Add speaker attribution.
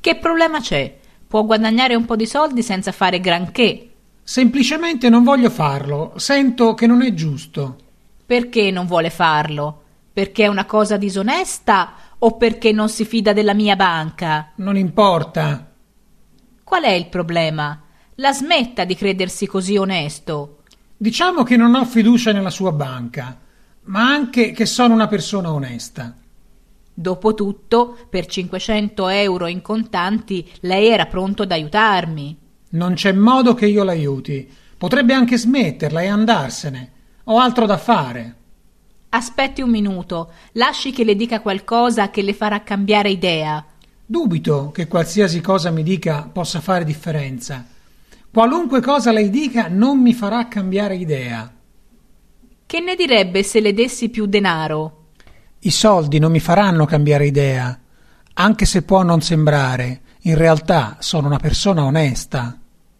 Speaker 1: Che problema c'è? Può guadagnare un po' di soldi senza fare granché.
Speaker 2: Semplicemente non voglio farlo, sento che non è giusto.
Speaker 1: Perché non vuole farlo? Perché è una cosa disonesta o perché non si fida della mia banca?
Speaker 2: Non importa.
Speaker 1: Qual è il problema? La smetta di credersi così onesto.
Speaker 2: Diciamo che non ho fiducia nella sua banca, ma anche che sono una persona onesta.
Speaker 1: Dopotutto, per 500 euro in contanti, lei era pronto ad aiutarmi.
Speaker 2: Non c'è modo che io l'aiuti. Potrebbe anche smetterla e andarsene. Ho altro da fare.
Speaker 1: Aspetti un minuto, lasci che le dica qualcosa che le farà cambiare idea.
Speaker 2: Dubito che qualsiasi cosa mi dica possa fare differenza. Qualunque cosa lei dica non mi farà cambiare idea.
Speaker 1: Che ne direbbe se le dessi più denaro?
Speaker 2: I soldi non mi faranno cambiare idea, anche se può non sembrare, in realtà sono una persona onesta.